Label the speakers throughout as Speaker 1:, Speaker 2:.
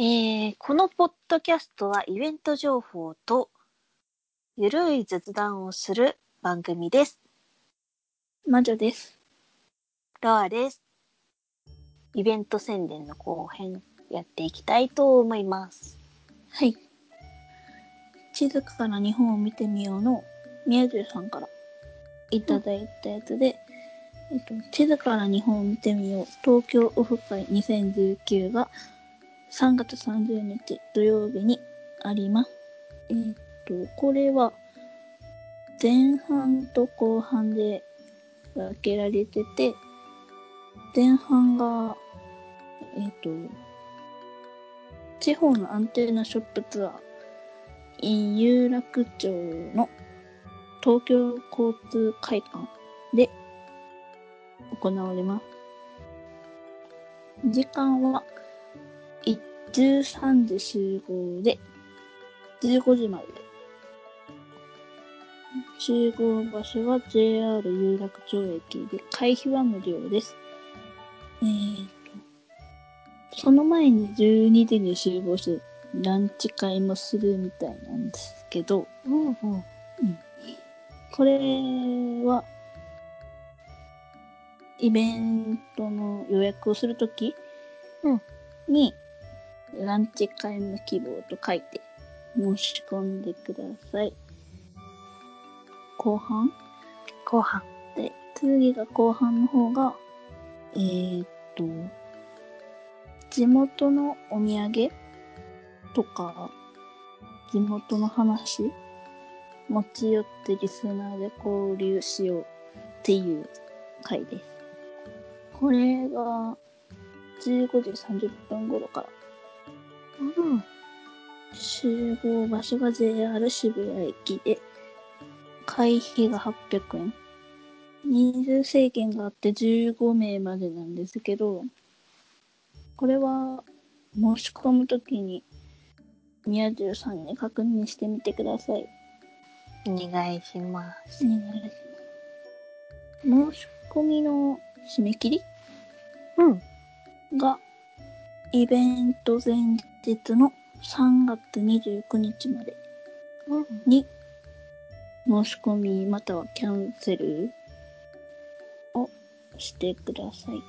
Speaker 1: えーこのポッドキャストはイベント情報とゆるい雑談をする番組です。
Speaker 2: 魔女です。
Speaker 1: ロアです。イベント宣伝の後編やっていきたいと思います。
Speaker 2: はい。静かな日本を見てみようの宮中さんからいただいたやつで、えっと、静かな日本を見てみよう東京オフ会2019が3月30日土曜日にあります。えっと、これは前半と後半で分けられてて、前半が、えっと、地方のアンテナショップツアー、有楽町の東京交通会館で行われます。時間は1 13時集合で15時まで。集合場所は JR 有楽町駅で会費は無料です。えーと、その前に12時に集合してランチ会もするみたいなんですけど、
Speaker 1: うんうん。
Speaker 2: これは、イベントの予約をするとき
Speaker 1: うん
Speaker 2: に、ランチ会の希望と書いて申し込んでください。後半
Speaker 1: 後半。
Speaker 2: で、次が後半の方が、えー、っと、地元のお土産とか、地元の話持ち寄ってリスナーで交流しようっていう回です。これが15時30分頃から
Speaker 1: うん。
Speaker 2: 集合場所が JR 渋谷駅で、会費が800円。人数制限があって15名までなんですけど、これは申し込むときに宮中さんに確認してみてください。
Speaker 1: お願いします。
Speaker 2: お願いします。申し込みの締め切り
Speaker 1: うん。
Speaker 2: がイベント前日の3月29日まで。
Speaker 1: うん。
Speaker 2: に申し込みまたはキャンセルをしてください。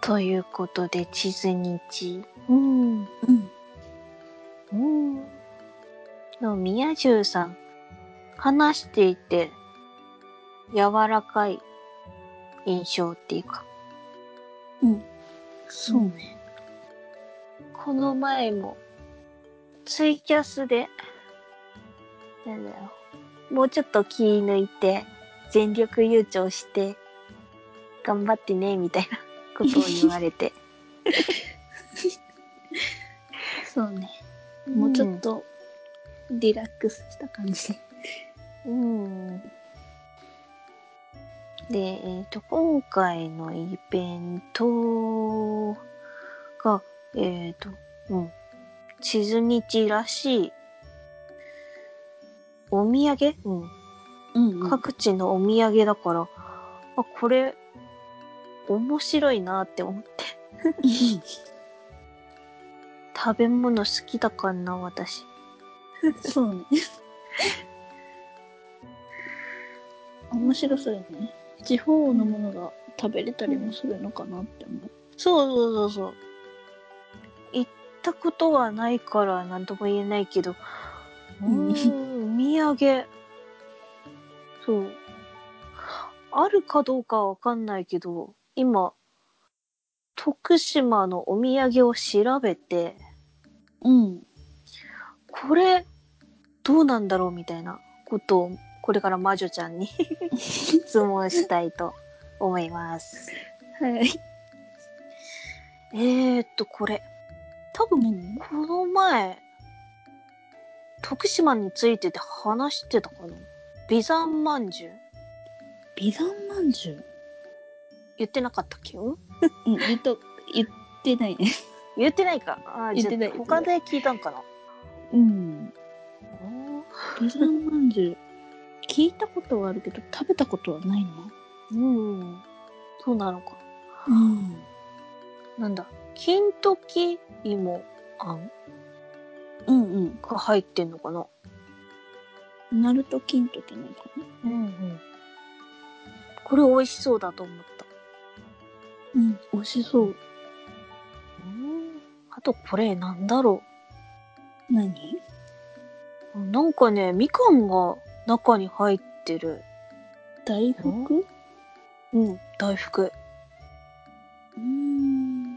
Speaker 1: ということで、地図日。うん。
Speaker 2: うん。
Speaker 1: うん。でも、宮中さん、話していて、柔らかい印象っていうか、
Speaker 2: うん。そうね。
Speaker 1: この前も、ツイキャスで、なんだろう、もうちょっと気抜いて、全力悠長して、頑張ってね、みたいなことを言われて。
Speaker 2: そうね。も うちょっとリラックスした感じで。
Speaker 1: うん。で、えーと、今回のイベントが、えっ、と、うん、地図日らしい、お土産、う
Speaker 2: うん
Speaker 1: ん、各地のお土産だから、あ、これ、面白いなって思って。食べ物好きだからな、私。
Speaker 2: そう ね。面白そうよね。地方のものが食べれたりもするのかなって思う。
Speaker 1: そうそうそうそう。行ったことはないから何とも言えないけど、うー
Speaker 2: うん
Speaker 1: ん、お土産、そう。あるかどうかはわかんないけど、今、徳島のお土産を調べて、
Speaker 2: うん。
Speaker 1: これ、どうなんだろうみたいなことを、これから魔女ちゃんに 質問したいと思います。
Speaker 2: はい。
Speaker 1: えーっと、これ、多分
Speaker 2: 何
Speaker 1: この前、徳島についてて話してたかなビザンまんじゅう
Speaker 2: 美山まんじゅう
Speaker 1: 言ってなかったっけん
Speaker 2: うん、言っと、言ってないね。
Speaker 1: 言ってないか。あー
Speaker 2: 言ってない
Speaker 1: じゃあ他で聞いたんかな
Speaker 2: うん。ビザンまんじゅう。聞いたことはあるけど、食べたことはないな。
Speaker 1: うん。そうなのか。
Speaker 2: うん。
Speaker 1: なんだ。金時芋あん
Speaker 2: うん
Speaker 1: が入ってんのかな
Speaker 2: うん。ナルト金時なのかな
Speaker 1: うんうん。これ美味しそうだと思った。
Speaker 2: うん。美味しそう。
Speaker 1: うん。あとこれなんだろ
Speaker 2: 何
Speaker 1: う。なんかね、みかんが中に入ってる。
Speaker 2: 大福
Speaker 1: うん。大福。
Speaker 2: うん。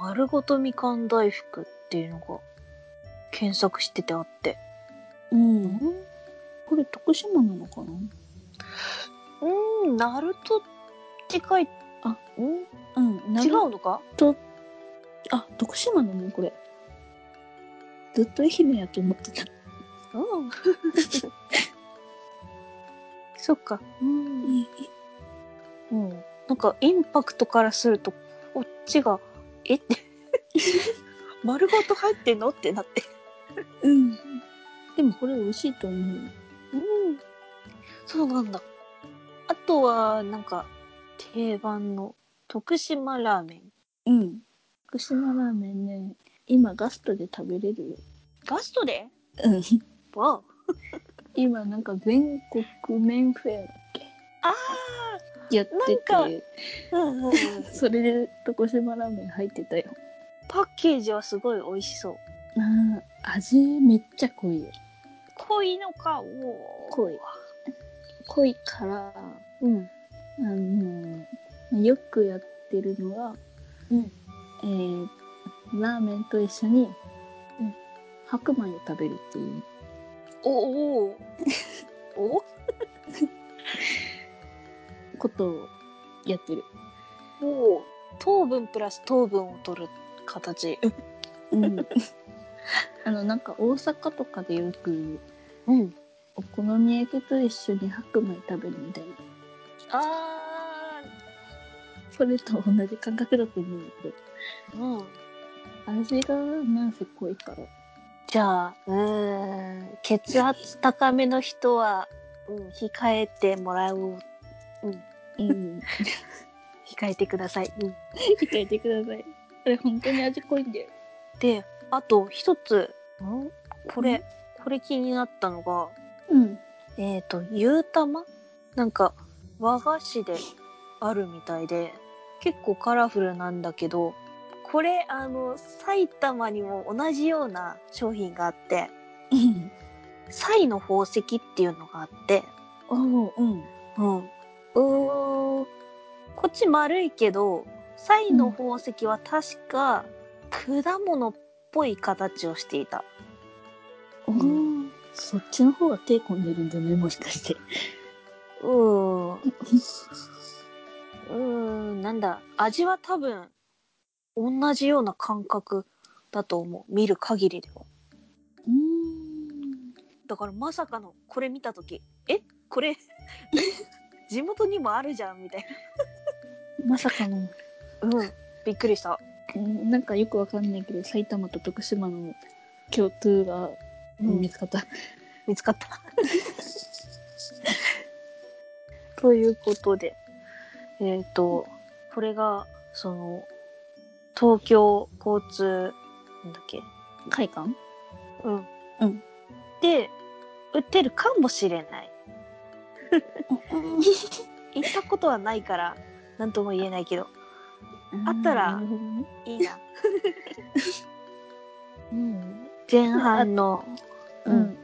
Speaker 1: 丸ごとみかん大福っていうのが検索しててあって。
Speaker 2: うん。これ徳島なのかな
Speaker 1: うん、ナルトって書いて、あ、うん
Speaker 2: うん。ナ
Speaker 1: 違
Speaker 2: ル
Speaker 1: うのか
Speaker 2: あ、徳島なのこれ。ずっと愛媛やと思ってた。
Speaker 1: うん。そっか。うん。うん。なんかインパクトからすると、こっちが、えって、丸ごと入ってんのってなって。
Speaker 2: うん。でもこれ美味しいと思う。
Speaker 1: うん。そうなんだ。あとは、なんか、定番の徳島ラーメン。
Speaker 2: うん。福島ラーメンね、今ガストで食べれるよ。
Speaker 1: ガストで
Speaker 2: うん。
Speaker 1: わ
Speaker 2: 今なんか全国麺フェアだっけ
Speaker 1: あ
Speaker 2: やって
Speaker 1: なん
Speaker 2: て、
Speaker 1: あ、うんうん、
Speaker 2: それで徳島ラーメン入ってたよ。
Speaker 1: パッケージはすごい美味しそう。
Speaker 2: ああ、味めっちゃ濃いよ。
Speaker 1: 濃いのか、おお。
Speaker 2: 濃い。濃いから、
Speaker 1: うん。
Speaker 2: あのよくやってるのは、
Speaker 1: うん。
Speaker 2: えーラーメンと一緒に、
Speaker 1: うん
Speaker 2: 白米を食べるっていう。
Speaker 1: おお。お
Speaker 2: ことをやってる。
Speaker 1: おお。糖分プラス糖分を取る形。
Speaker 2: うん、 あのなんか大阪とかでよく
Speaker 1: うん。
Speaker 2: お好み焼きと一緒に白米食べるみたいな
Speaker 1: あ
Speaker 2: それと同じ感覚だと思うんだけど
Speaker 1: あ。うん。
Speaker 2: 味がなんせ濃いから
Speaker 1: じゃあ、うーん。血圧高めの人は、うん、控えてもらおう。
Speaker 2: うん
Speaker 1: 控えてください。うん。
Speaker 2: 控えてくださいあれ本当に味濃いんだよ
Speaker 1: で、あと一つ。んこれ、これ気になったのが、
Speaker 2: うん
Speaker 1: えっ、と、ゆうたまなんか、和菓子であるみたいで、結構カラフルなんだけど、これ、あの、埼玉にも同じような商品があって、
Speaker 2: うん
Speaker 1: サイの宝石っていうのがあって、
Speaker 2: おうん
Speaker 1: うん。うーんこっち丸いけど、サイの宝石は確か、果物っぽい形をしていた。
Speaker 2: おうんそっちの方が手込んでるんじゃないもしか して
Speaker 1: うーん。うーん、なんだ、味は多分、同じような感覚だと思う。見る限りでは。
Speaker 2: うん
Speaker 1: だからまさかの、これ見たとき、えこれ、 地元にもあるじゃんみたい
Speaker 2: まさかの
Speaker 1: な。うん。びっくりした。
Speaker 2: うんなんかよくわかんないけど埼玉と徳島の共通が見つかった、
Speaker 1: 見つかった。ということで、えっ、と、これが、その、東京交通、なんだっけ、
Speaker 2: 会館
Speaker 1: うん。
Speaker 2: うん
Speaker 1: で、売ってるかもしれない。行ったことはないから、なんとも言えないけど、あったら
Speaker 2: なるほどね
Speaker 1: いいな。うん、前半の、
Speaker 2: う
Speaker 1: うん
Speaker 2: ん、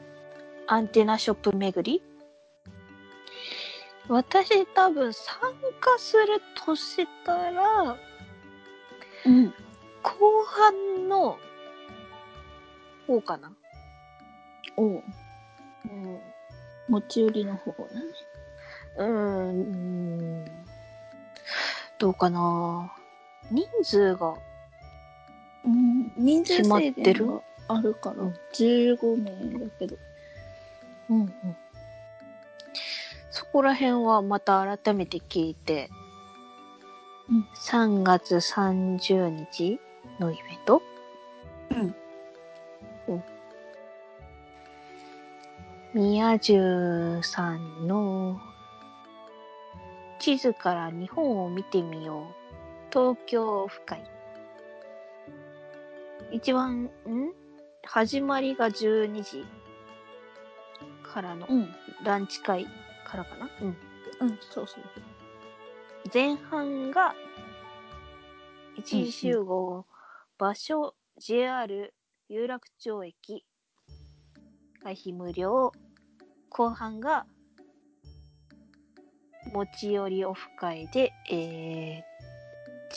Speaker 1: アンテナショップ巡り私多分参加するとしたら、
Speaker 2: うん、
Speaker 1: 後半の方かな。
Speaker 2: お
Speaker 1: うん
Speaker 2: 持ち寄りの方だね
Speaker 1: うーんどうかな人数が
Speaker 2: うん人数制
Speaker 1: 決まって
Speaker 2: 限
Speaker 1: る
Speaker 2: があるから
Speaker 1: うん
Speaker 2: 15名だけど
Speaker 1: うんうんそこら辺はまた改めて聞いて、
Speaker 2: うん
Speaker 1: 3月30日のイベント
Speaker 2: うん
Speaker 1: うん宮中さんの地図から日本を見てみよう東京オフ会一番、ん始まりが12時からの
Speaker 2: うん。
Speaker 1: ランチ会からかな。うん。
Speaker 2: うん、そうそう。
Speaker 1: 前半が1時集合、場所 JR 有楽町駅会費無料後半が持ち寄りオフ会で、えー、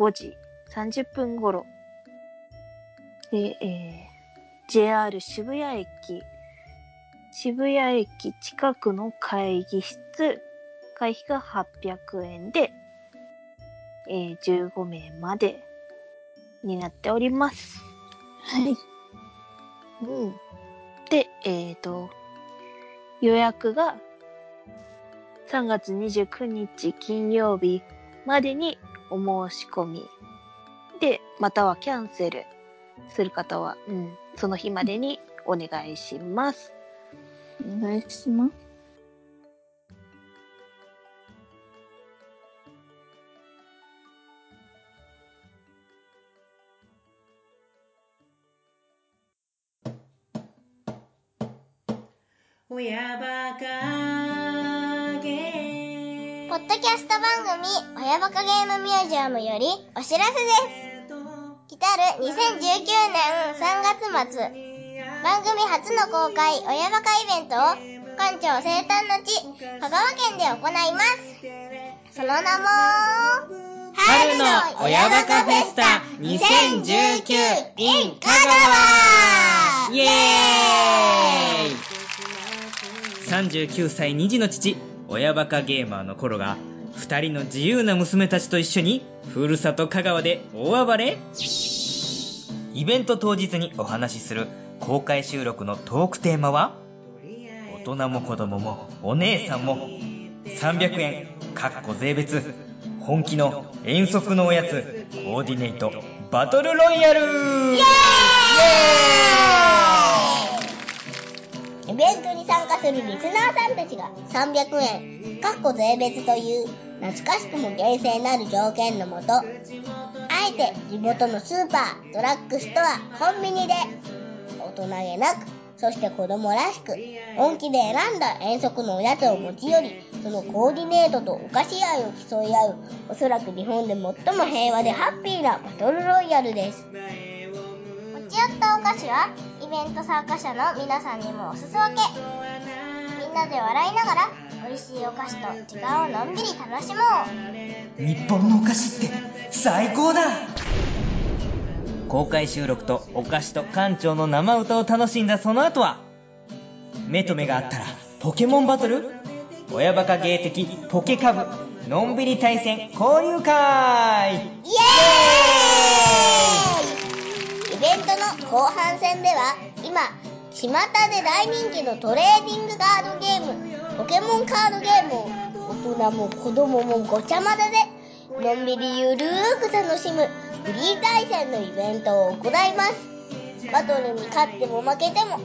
Speaker 1: 15時30分頃で、えー、JR 渋谷駅渋谷駅近くの会議室会費が800円で、えー、15名までになっております。
Speaker 2: はい。
Speaker 1: うん、で、えっ、と、予約が3月29日金曜日までにお申し込みで、またはキャンセルする方は、うん、その日までにお願いします。
Speaker 2: お願いします。
Speaker 3: 親バカゲー
Speaker 4: ポッドキャスト番組、親バカゲームミュージアムよりお知らせです。来たる2019年3月末、番組初の公開親バカイベントを、館長生誕の地、香川県で行います。その名も、
Speaker 3: 春の親バカフェスタ2019 in 香川イエーイ
Speaker 5: 39歳2児の父親バカゲーマーのコロが2人の自由な娘たちと一緒にふるさと香川で大暴れイベント当日にお話しする公開収録のトークテーマは大人も子供もお姉さんも300円かっこ税別本気の遠足のおやつコーディネートバトルロイヤル
Speaker 4: イベントに参加するリスナーさんたちが300円、かっこ税別という懐かしくも厳正なる条件のもと、あえて地元のスーパー、ドラッグストア、コンビニで、大人げなく、そして子供らしく、本気で選んだ遠足のおやつを持ち寄り、そのコーディネートとお菓子愛を競い合う、おそらく日本で最も平和でハッピーなバトルロイヤルです。持ち寄ったお菓子はイベント参加者の皆さんにもおすす分けみんなで笑いながら美味しいお菓子と時間をのんびり楽しもう
Speaker 5: 日本のお菓子って最高だ公開収録とお菓子と館長の生歌を楽しんだその後は目と目があったらポケモンバトル親バカ芸的ポケカブのんびり対戦交流会
Speaker 4: イエーイイベントの後半戦では今巷で大人気のトレーディングカードゲームポケモンカードゲームを大人も子供もごちゃ混ぜでのんびりゆるーく楽しむフリー対戦のイベントを行いますバトルに勝っても負けても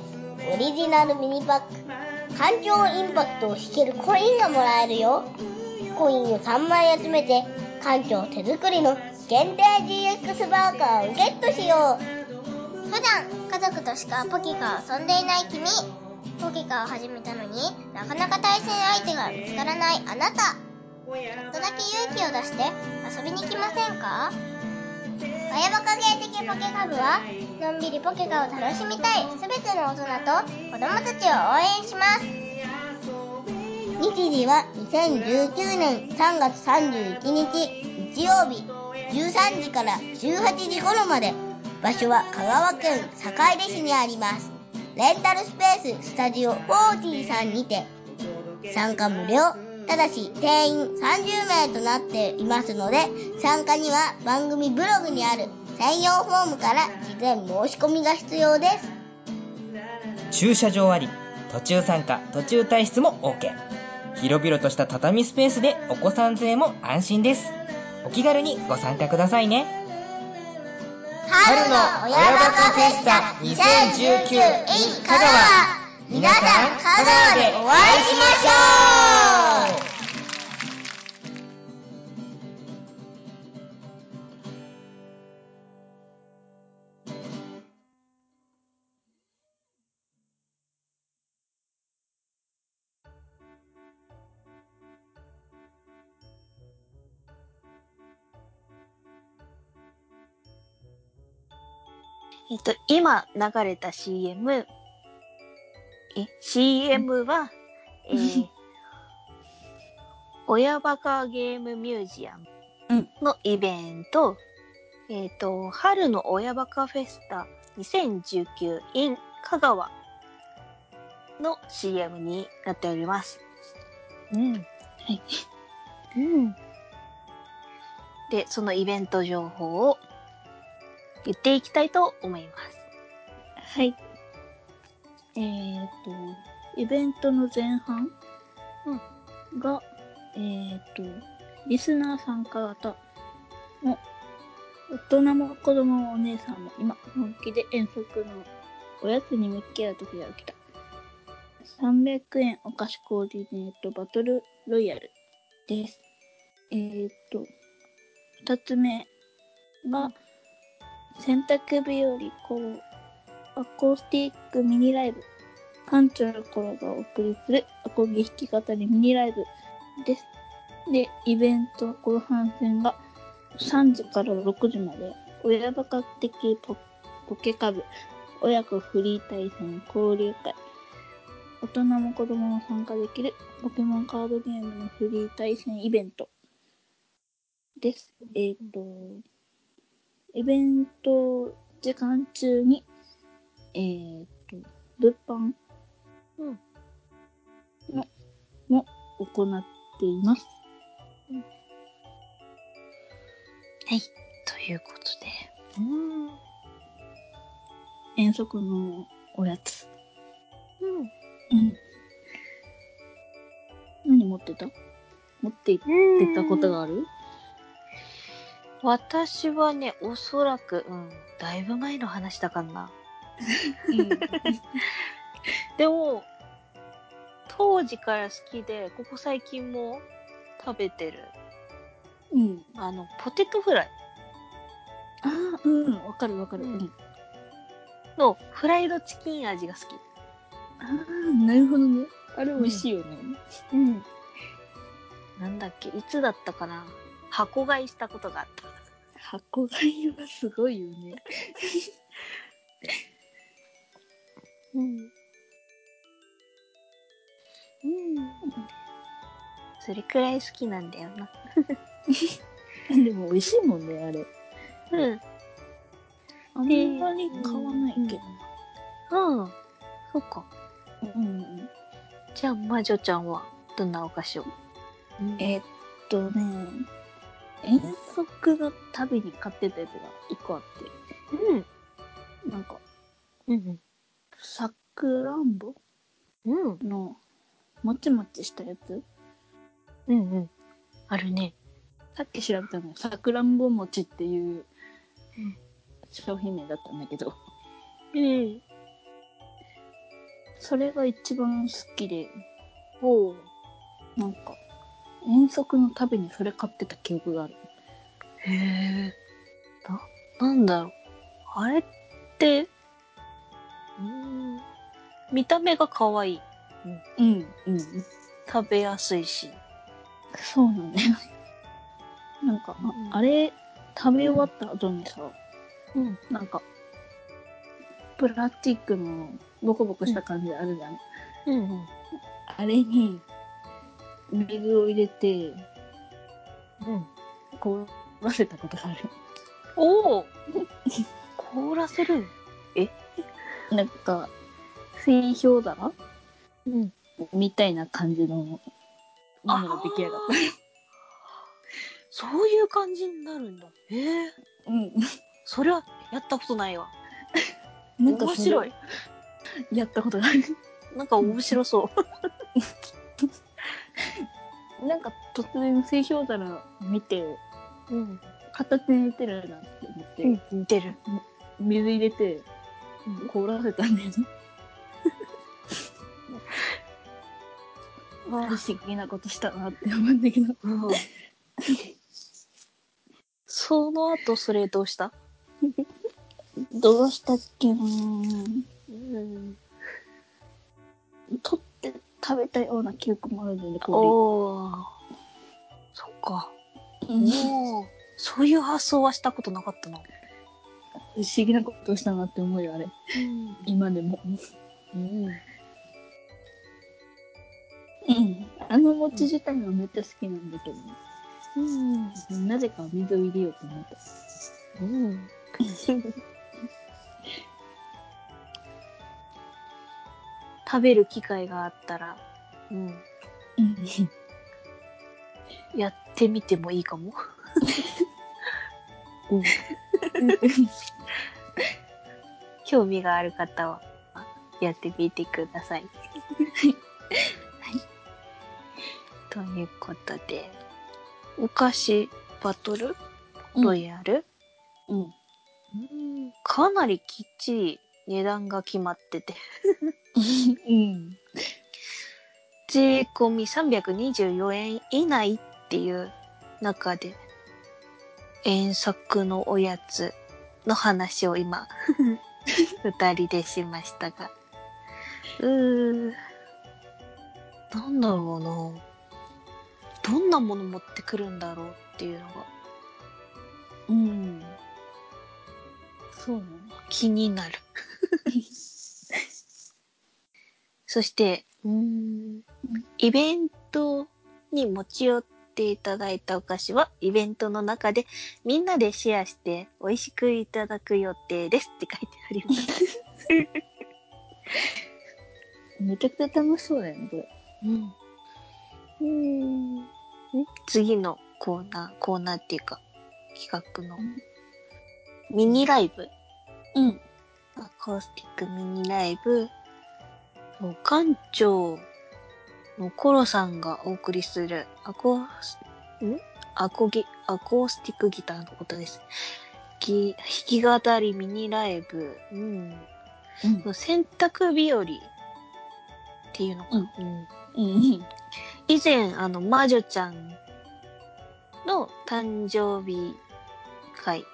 Speaker 4: オリジナルミニパック感情インパクトを引けるコインがもらえるよコインを3枚集めて館長手作りの限定 GX バーガーをゲットしよう普段家族としかポケカを遊んでいない君ポケカを始めたのになかなか対戦相手が見つからないあなたちょっとだけ勇気を出して遊びに来ませんかあやばか芸的ポケカブはのんびりポケカを楽しみたいすべての大人と子供たちを応援します日時は2019年3月31日日曜日13時から18時頃まで場所は香川県坂出市にありますレンタルスペーススタジオ43にて参加無料ただし定員30名となっていますので参加には番組ブログにある専用フォームから事前申し込みが必要です
Speaker 5: 駐車場あり途中参加途中退出も OK 広々とした畳スペースでお子さん連れも安心ですお気軽にご参加くださいね
Speaker 4: 春の親バカフェスタ 2019in 香川皆さん香川でお会いしましょう
Speaker 1: えっと、今流れた CM、え、CM は、え ー、親バカゲームミュージアム
Speaker 2: うん
Speaker 1: のイベント、えっ、と、春の親バカフェスタ2019 in 香川の CM になっております。うん。
Speaker 2: い
Speaker 1: うん。で、そのイベント情報を言っていきたいと思います。
Speaker 2: はい。えーっと、イベントの前半が、えーっと、リスナー参加型の大人も子供もお姉さんも今本気で遠足のおやつに向き合う時が来た。300円お菓子コーディネートバトルロイヤルです。えーっと、2つ目が洗濯日和こうアコースティックミニライブ。館長の頃がお送りするアコギ弾き語りミニライブです。で、イベント後半戦が3時から6時まで、親バカ的ポポケカブ、親子フリー対戦交流会、大人も子供も参加できるポケモンカードゲームのフリー対戦イベントです。えっ、と、イベント時間中にえー、と、物販
Speaker 1: うん
Speaker 2: の、も行っています。
Speaker 1: はい。ということで。うん。
Speaker 2: 遠足のおやつ。
Speaker 1: うん。
Speaker 2: うん。何持ってた持って行ってたことがある
Speaker 1: 私はね、おそらく、うん、だいぶ前の話だからな。うんでも、当時から好きで、ここ最近も食べてる、
Speaker 2: うん。
Speaker 1: あの、ポテトフライ
Speaker 2: ああ、うん。わかるわかる。
Speaker 1: う
Speaker 2: うんん。
Speaker 1: のフライドチキン味が好き。
Speaker 2: ああ、なるほどね。あれ美味しいよね。
Speaker 1: うん。なんだっけ、いつだったかな。箱買いしたことがあった。
Speaker 2: 箱買いはすごいよね。
Speaker 1: うん。うん。それくらい好きなんだよな。
Speaker 2: でも美味しいもんね、あれ。
Speaker 1: うん。
Speaker 2: あんまり買わないけど
Speaker 1: うん。そっか。
Speaker 2: な。うんうん。
Speaker 1: じゃあ、魔女ちゃんはどんなお菓子を
Speaker 2: えっとね、遠足の旅に買ってたやつが一個あっ
Speaker 1: うん。
Speaker 2: て、なんか、
Speaker 1: うん。
Speaker 2: さくらんぼ
Speaker 1: うん。
Speaker 2: の、もちもちしたやつ
Speaker 1: うん。うん。あるね。
Speaker 2: さっき調べたのよさくらんぼ餅っていう
Speaker 1: うん
Speaker 2: 商品名だったんだけど、
Speaker 1: うん。
Speaker 2: それが一番好きで、
Speaker 1: おう。
Speaker 2: なんか、遠足の旅にそれ買ってた記憶がある。
Speaker 1: へえ。な、なんだろう。あれって、うーん。見た目が可愛い。
Speaker 2: うん、うん。
Speaker 1: 食べやすいし。
Speaker 2: そうなんだよね。なんか、あ
Speaker 1: うん
Speaker 2: あれ、食べ終わった後にさ、
Speaker 1: うん。
Speaker 2: なんか、プラスチックのボコボコした感じあるじゃん。
Speaker 1: うんうん。
Speaker 2: あれに、水を入れて、
Speaker 1: うん。
Speaker 2: 凍らせたことがある。
Speaker 1: お お凍らせる
Speaker 2: なんか、水氷皿
Speaker 1: うん。
Speaker 2: みたいな感じのものが出来上がっ
Speaker 1: そういう感じになるんだ。ええ
Speaker 2: た。うん。
Speaker 1: それはやったことないわ。
Speaker 2: なんか
Speaker 1: 面白
Speaker 2: い。
Speaker 1: い。
Speaker 2: やったことがある。
Speaker 1: なんか面白そ
Speaker 2: なんか突然水氷皿見て、
Speaker 1: う。うん。
Speaker 2: 形に似てるなって思って、
Speaker 1: 似てる。
Speaker 2: 水入れて
Speaker 1: うん、
Speaker 2: 凍らせたんだよね。
Speaker 1: あ
Speaker 2: 不思議なことしたなって思うんだけど。
Speaker 1: うん。その後それどうした
Speaker 2: どうしたっけなぁ
Speaker 1: うん。
Speaker 2: 取って食べたような記憶もあるんだよね、氷。
Speaker 1: おー。そっか。
Speaker 2: うん
Speaker 1: おーそういう発想はしたことなかったな。
Speaker 2: 不思議なことをしたなって思うよ、あれ。今でも。
Speaker 1: うん。
Speaker 2: うん。あの餅自体はめっちゃ好きなんだけど、
Speaker 1: うん。
Speaker 2: なぜか水を入れようと思った。
Speaker 1: うん。 食べる機会があったら、うん。やってみてもいいかも。うん 興味がある方は、やってみてください。ということで、お菓子バトルロイヤル、
Speaker 2: うん。
Speaker 1: かなりきっちり値段が決まってて。
Speaker 2: うん。
Speaker 1: 税込み324円以内っていう中で、遠足のおやつの話を今、二人でしましたが。 うー、なんだろうなどんなもの持ってくるんだろうっていうのが
Speaker 2: うん。そうね。
Speaker 1: 気に なる。そして、うーん、イベントに持ち寄っていただいたお菓子は、イベントの中でみんなでシェアして美味しくいただく予定ですって書いてあります。
Speaker 2: めちゃくちゃ楽しそうだよね、これ。
Speaker 1: うん、
Speaker 2: うん。
Speaker 1: 次のコーナー、コーナーっていうか、企画のミニライブ。
Speaker 2: うん。
Speaker 1: アコースティックミニライブ、館長のコロさんがお送りするアコース、んアコギ、アコースティックギターのことです。ギ弾き語りミニライブ、うん。洗濯日和っていうのかな。うん
Speaker 2: うん。
Speaker 1: 以前、あの、魔女ちゃんの誕生日会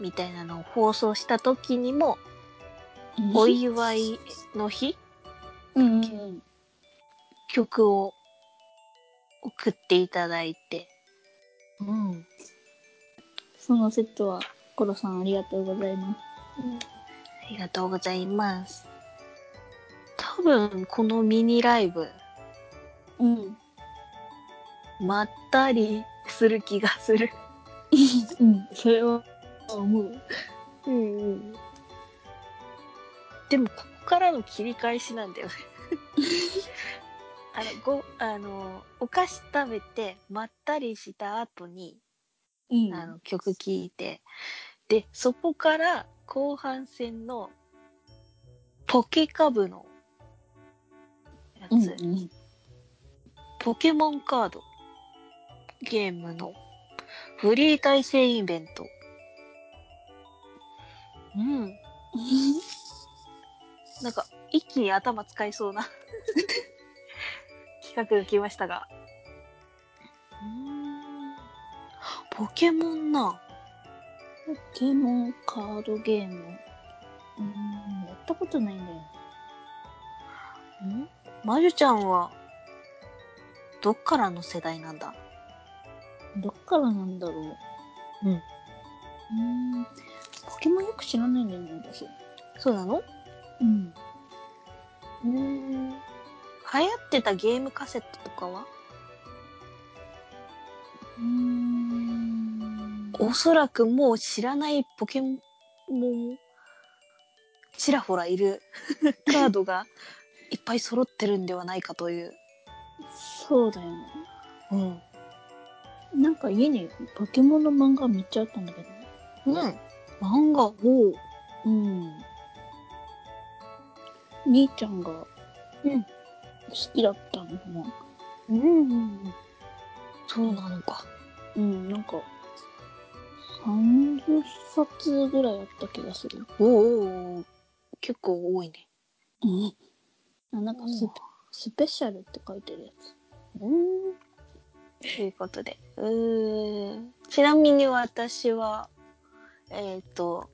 Speaker 1: みたいなのを放送した時にも、お祝いの日
Speaker 2: うん。うん。
Speaker 1: 曲を送っていただいて。うん。
Speaker 2: そのセットは、コロさんありがとうございます。
Speaker 1: ありがとうございます。多分、このミニライブ、
Speaker 2: うん。
Speaker 1: まったりする気がする。
Speaker 2: うん。それは、思う。
Speaker 1: うんうん。でも、ここからの切り返しなんだよね。 あの、ご、あの、お菓子食べて、まったりした後に、
Speaker 2: うん
Speaker 1: あの曲聴いて、で、そこから後半戦のポケカブのやつ、
Speaker 2: うん。
Speaker 1: ポケモンカードゲームのフリー対戦イベント。うん。なんか、一気に頭使いそうな企画が来ましたが。うーんポケモンな。
Speaker 2: ポケモンカードゲーム。うん。やったことないんだよ。
Speaker 1: んまゆちゃんは、どっからの世代なんだ
Speaker 2: どっからなんだろう。
Speaker 1: うん
Speaker 2: うん。ポケモンよく知らないんだよね、私。
Speaker 1: そうなの
Speaker 2: うん。
Speaker 1: うーん。流行ってたゲームカセットとかは
Speaker 2: うん。
Speaker 1: おそらくもう知らないポケモン、ちらほらいる カードがいっぱい揃ってるんではないかという。
Speaker 2: そうだよね。
Speaker 1: うん。
Speaker 2: なんか家にポケモンの漫画めっちゃあったんだけど。
Speaker 1: うん。漫画、おう。
Speaker 2: うん。兄ちゃんが、
Speaker 1: うん
Speaker 2: 好きだったのかな。
Speaker 1: うん。そうなのか。
Speaker 2: うん、なんか、30冊ぐらいあった気がする。
Speaker 1: おうおうおう結構多いね。
Speaker 2: うん。あなんかスペ、スペシャルって書いてるやつ。
Speaker 1: うん。ということで。うーん。ちなみに私は、えっ、と、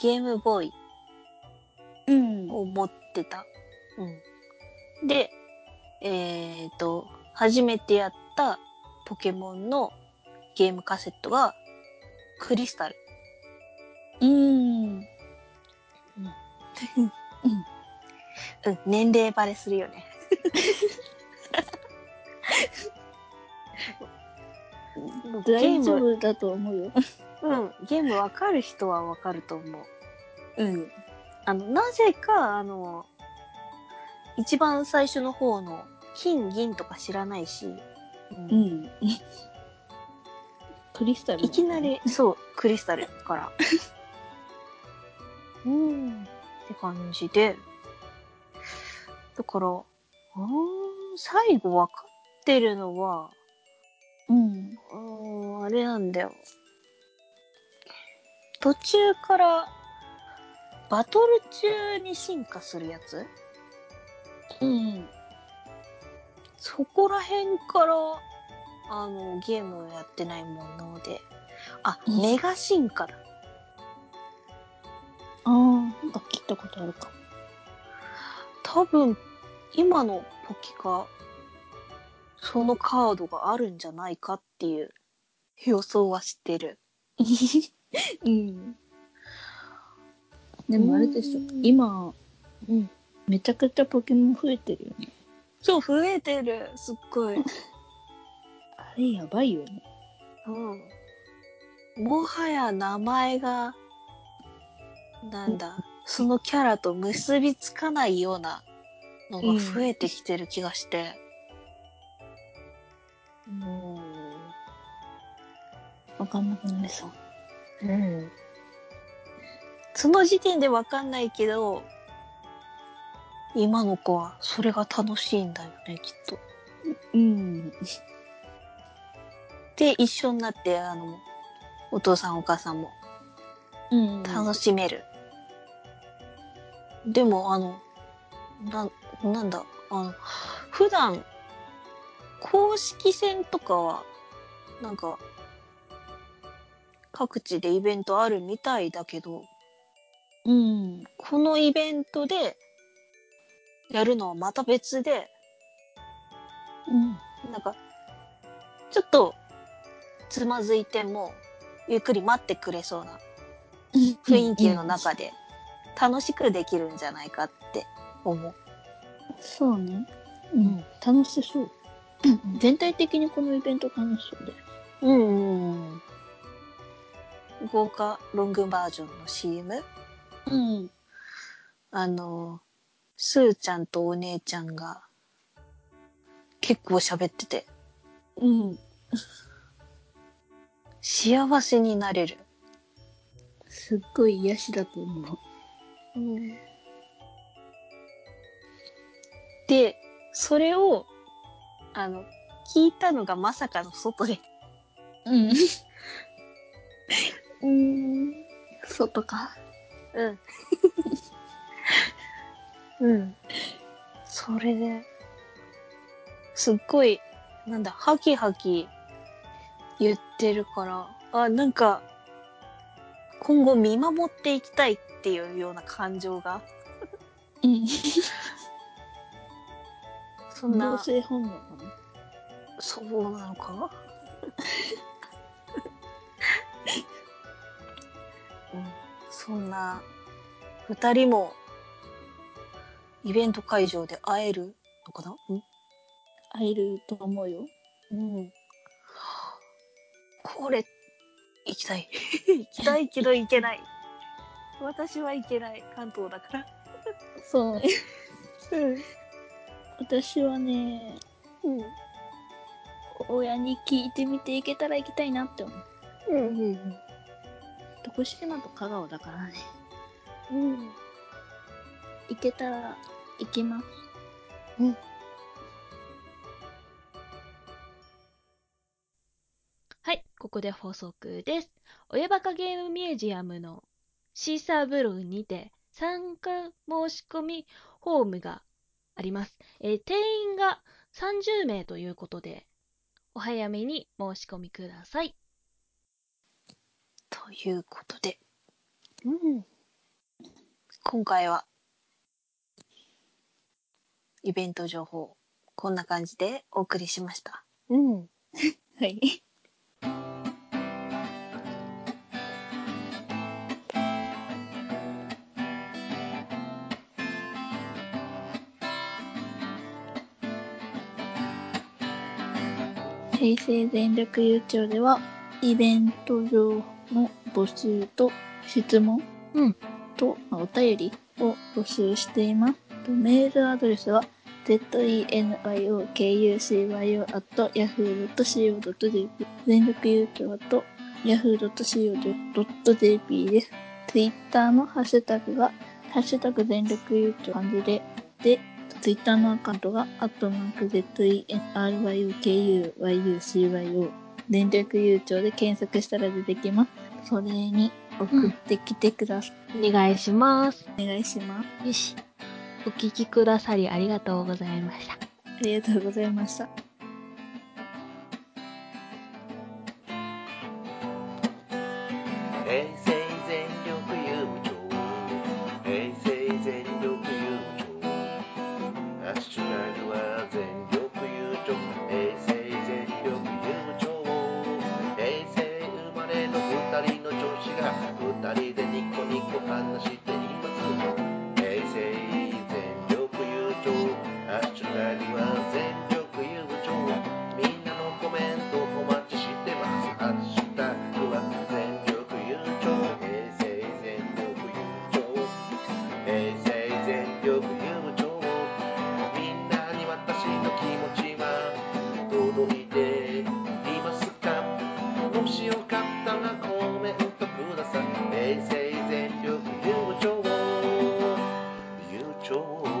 Speaker 1: ゲームボーイ
Speaker 2: うん
Speaker 1: を持ってた。うん。で、えっ、と、初めてやったポケモンのゲームカセットが、クリスタル。
Speaker 2: うん。
Speaker 1: うん、年齢バレするよね。 ゲー
Speaker 2: 大丈
Speaker 1: ム、
Speaker 2: 夫だと思うよ。
Speaker 1: うん、ゲームわかる人はわかると思う。
Speaker 2: うん。
Speaker 1: あの、なぜか、あの、一番最初の方の金銀とか知らないし、
Speaker 2: う
Speaker 1: うん
Speaker 2: ん。クリスタル。
Speaker 1: いきな。り、そう、クリスタルから。うん、って感じで。だから、うーん、最後わかってるのは、
Speaker 2: うん。
Speaker 1: うーん、あれなんだよ。途中から、バトル中に進化するやつ
Speaker 2: うん。
Speaker 1: そこら辺から、あの、ゲームをやってないもんなので。あ、
Speaker 2: うん
Speaker 1: メガ進化だ。
Speaker 2: ああ、なんか切ったことあるか。
Speaker 1: 多分、今のポキカ、そのカードがあるんじゃないかっていう予想はしてる。
Speaker 2: うん。でもあれでしょ。今、
Speaker 1: うん
Speaker 2: めちゃくちゃポケモン増えてるよね。
Speaker 1: そう、増えてる。すっごい。
Speaker 2: あれやばいよね。
Speaker 1: うん。もはや名前が、なんだ、そのキャラと結びつかないようなのが増えてきてる気がして。
Speaker 2: わかんなくなりそう。
Speaker 1: うん。その時点でわかんないけど、今の子はそれが楽しいんだよね、きっと。
Speaker 2: うん。
Speaker 1: で、一緒になって、あの、お父さんお母さんも
Speaker 2: うん
Speaker 1: 楽しめる。でも、あの、な、なんだ、あの、普段、公式戦とかは、なんか、各地でイベントあるみたいだけど、
Speaker 2: うん。
Speaker 1: このイベントで、やるのはまた別で、
Speaker 2: うん。
Speaker 1: なんか、ちょっと、つまずいても、ゆっくり待ってくれそうな雰囲気の中で、楽しくできるんじゃないかって思う。
Speaker 2: そうね。うん。楽しそう。全体的にこのイベント楽しそうだよ。
Speaker 1: うん。豪華ロングバージョンの CM?
Speaker 2: うん。
Speaker 1: あの、スーちゃんとお姉ちゃんが、結構喋ってて、
Speaker 2: うん。
Speaker 1: 幸せになれる。
Speaker 2: すっごい癒しだと思う。
Speaker 1: で、それを、あの、聞いたのがまさかの外で。
Speaker 2: うん。 うん。外か。
Speaker 1: うん。 うん。それで、すっごい、なんだ、ハキハキ言ってるから、あ、なんか、今後見守っていきたいっていうような感情が、
Speaker 2: うん。
Speaker 1: そん
Speaker 2: 同
Speaker 1: な、
Speaker 2: 性本能かな。
Speaker 1: そうなのかうん、そんな、二人も、イベント会場で会えるのかな
Speaker 2: 会えると思うよ。
Speaker 1: うん。うん。これ、行きたい。 行きたいけど行けない。私は行けない。関東だから。
Speaker 2: そうね。私はね、
Speaker 1: うん。うん。
Speaker 2: 親に聞いてみていけたら行きたいなって思う。
Speaker 1: うん。
Speaker 2: 徳島と香川だからね。
Speaker 1: うん。
Speaker 2: 行けたら行きます。
Speaker 6: はい、ここで補足です。親バカゲームミュージアムのシーサーブログにて参加申し込みフォームがあります。えー定員が30名ということで、お早めに申し込みください。
Speaker 1: ということで、うん、今回はイベント情報こんな感じでお送りしました。うん、
Speaker 2: はい。平成全力優勝では、イベント上の募集と質問
Speaker 6: うん
Speaker 2: と、まあお便りを募集しています。とメールアドレスは、zenyokucyo.yahoo.co.jp 全力優勝と yahoo.co.jp です。Twitter のハッシュタグが、ハッシュタグ全力優勝漢字で、で、ツイッターのアカウントが、アットマーク ZENRYUKUYUCYO、電力悠長で検索したら出てきます。それに送ってきてください。
Speaker 6: お願いします。
Speaker 2: お願いします。
Speaker 6: よし。お聞きくださりありがとうございました。
Speaker 2: ありがとうございました。
Speaker 7: 平成全力優勝平成全力優勝ナショナルは全力優勝平成全力優勝平成生まれの二人の女子が二人でニコニコ話しています平成全力優勝ナショナルは全力優勝みんなのコメントお待ちしてます。ハッシュタグは全力優勝。平成全力優勝。平成全力優勝。みんなに私の気持ちは届いていますかもしよかったらコメントください。平成全力優勝。優勝。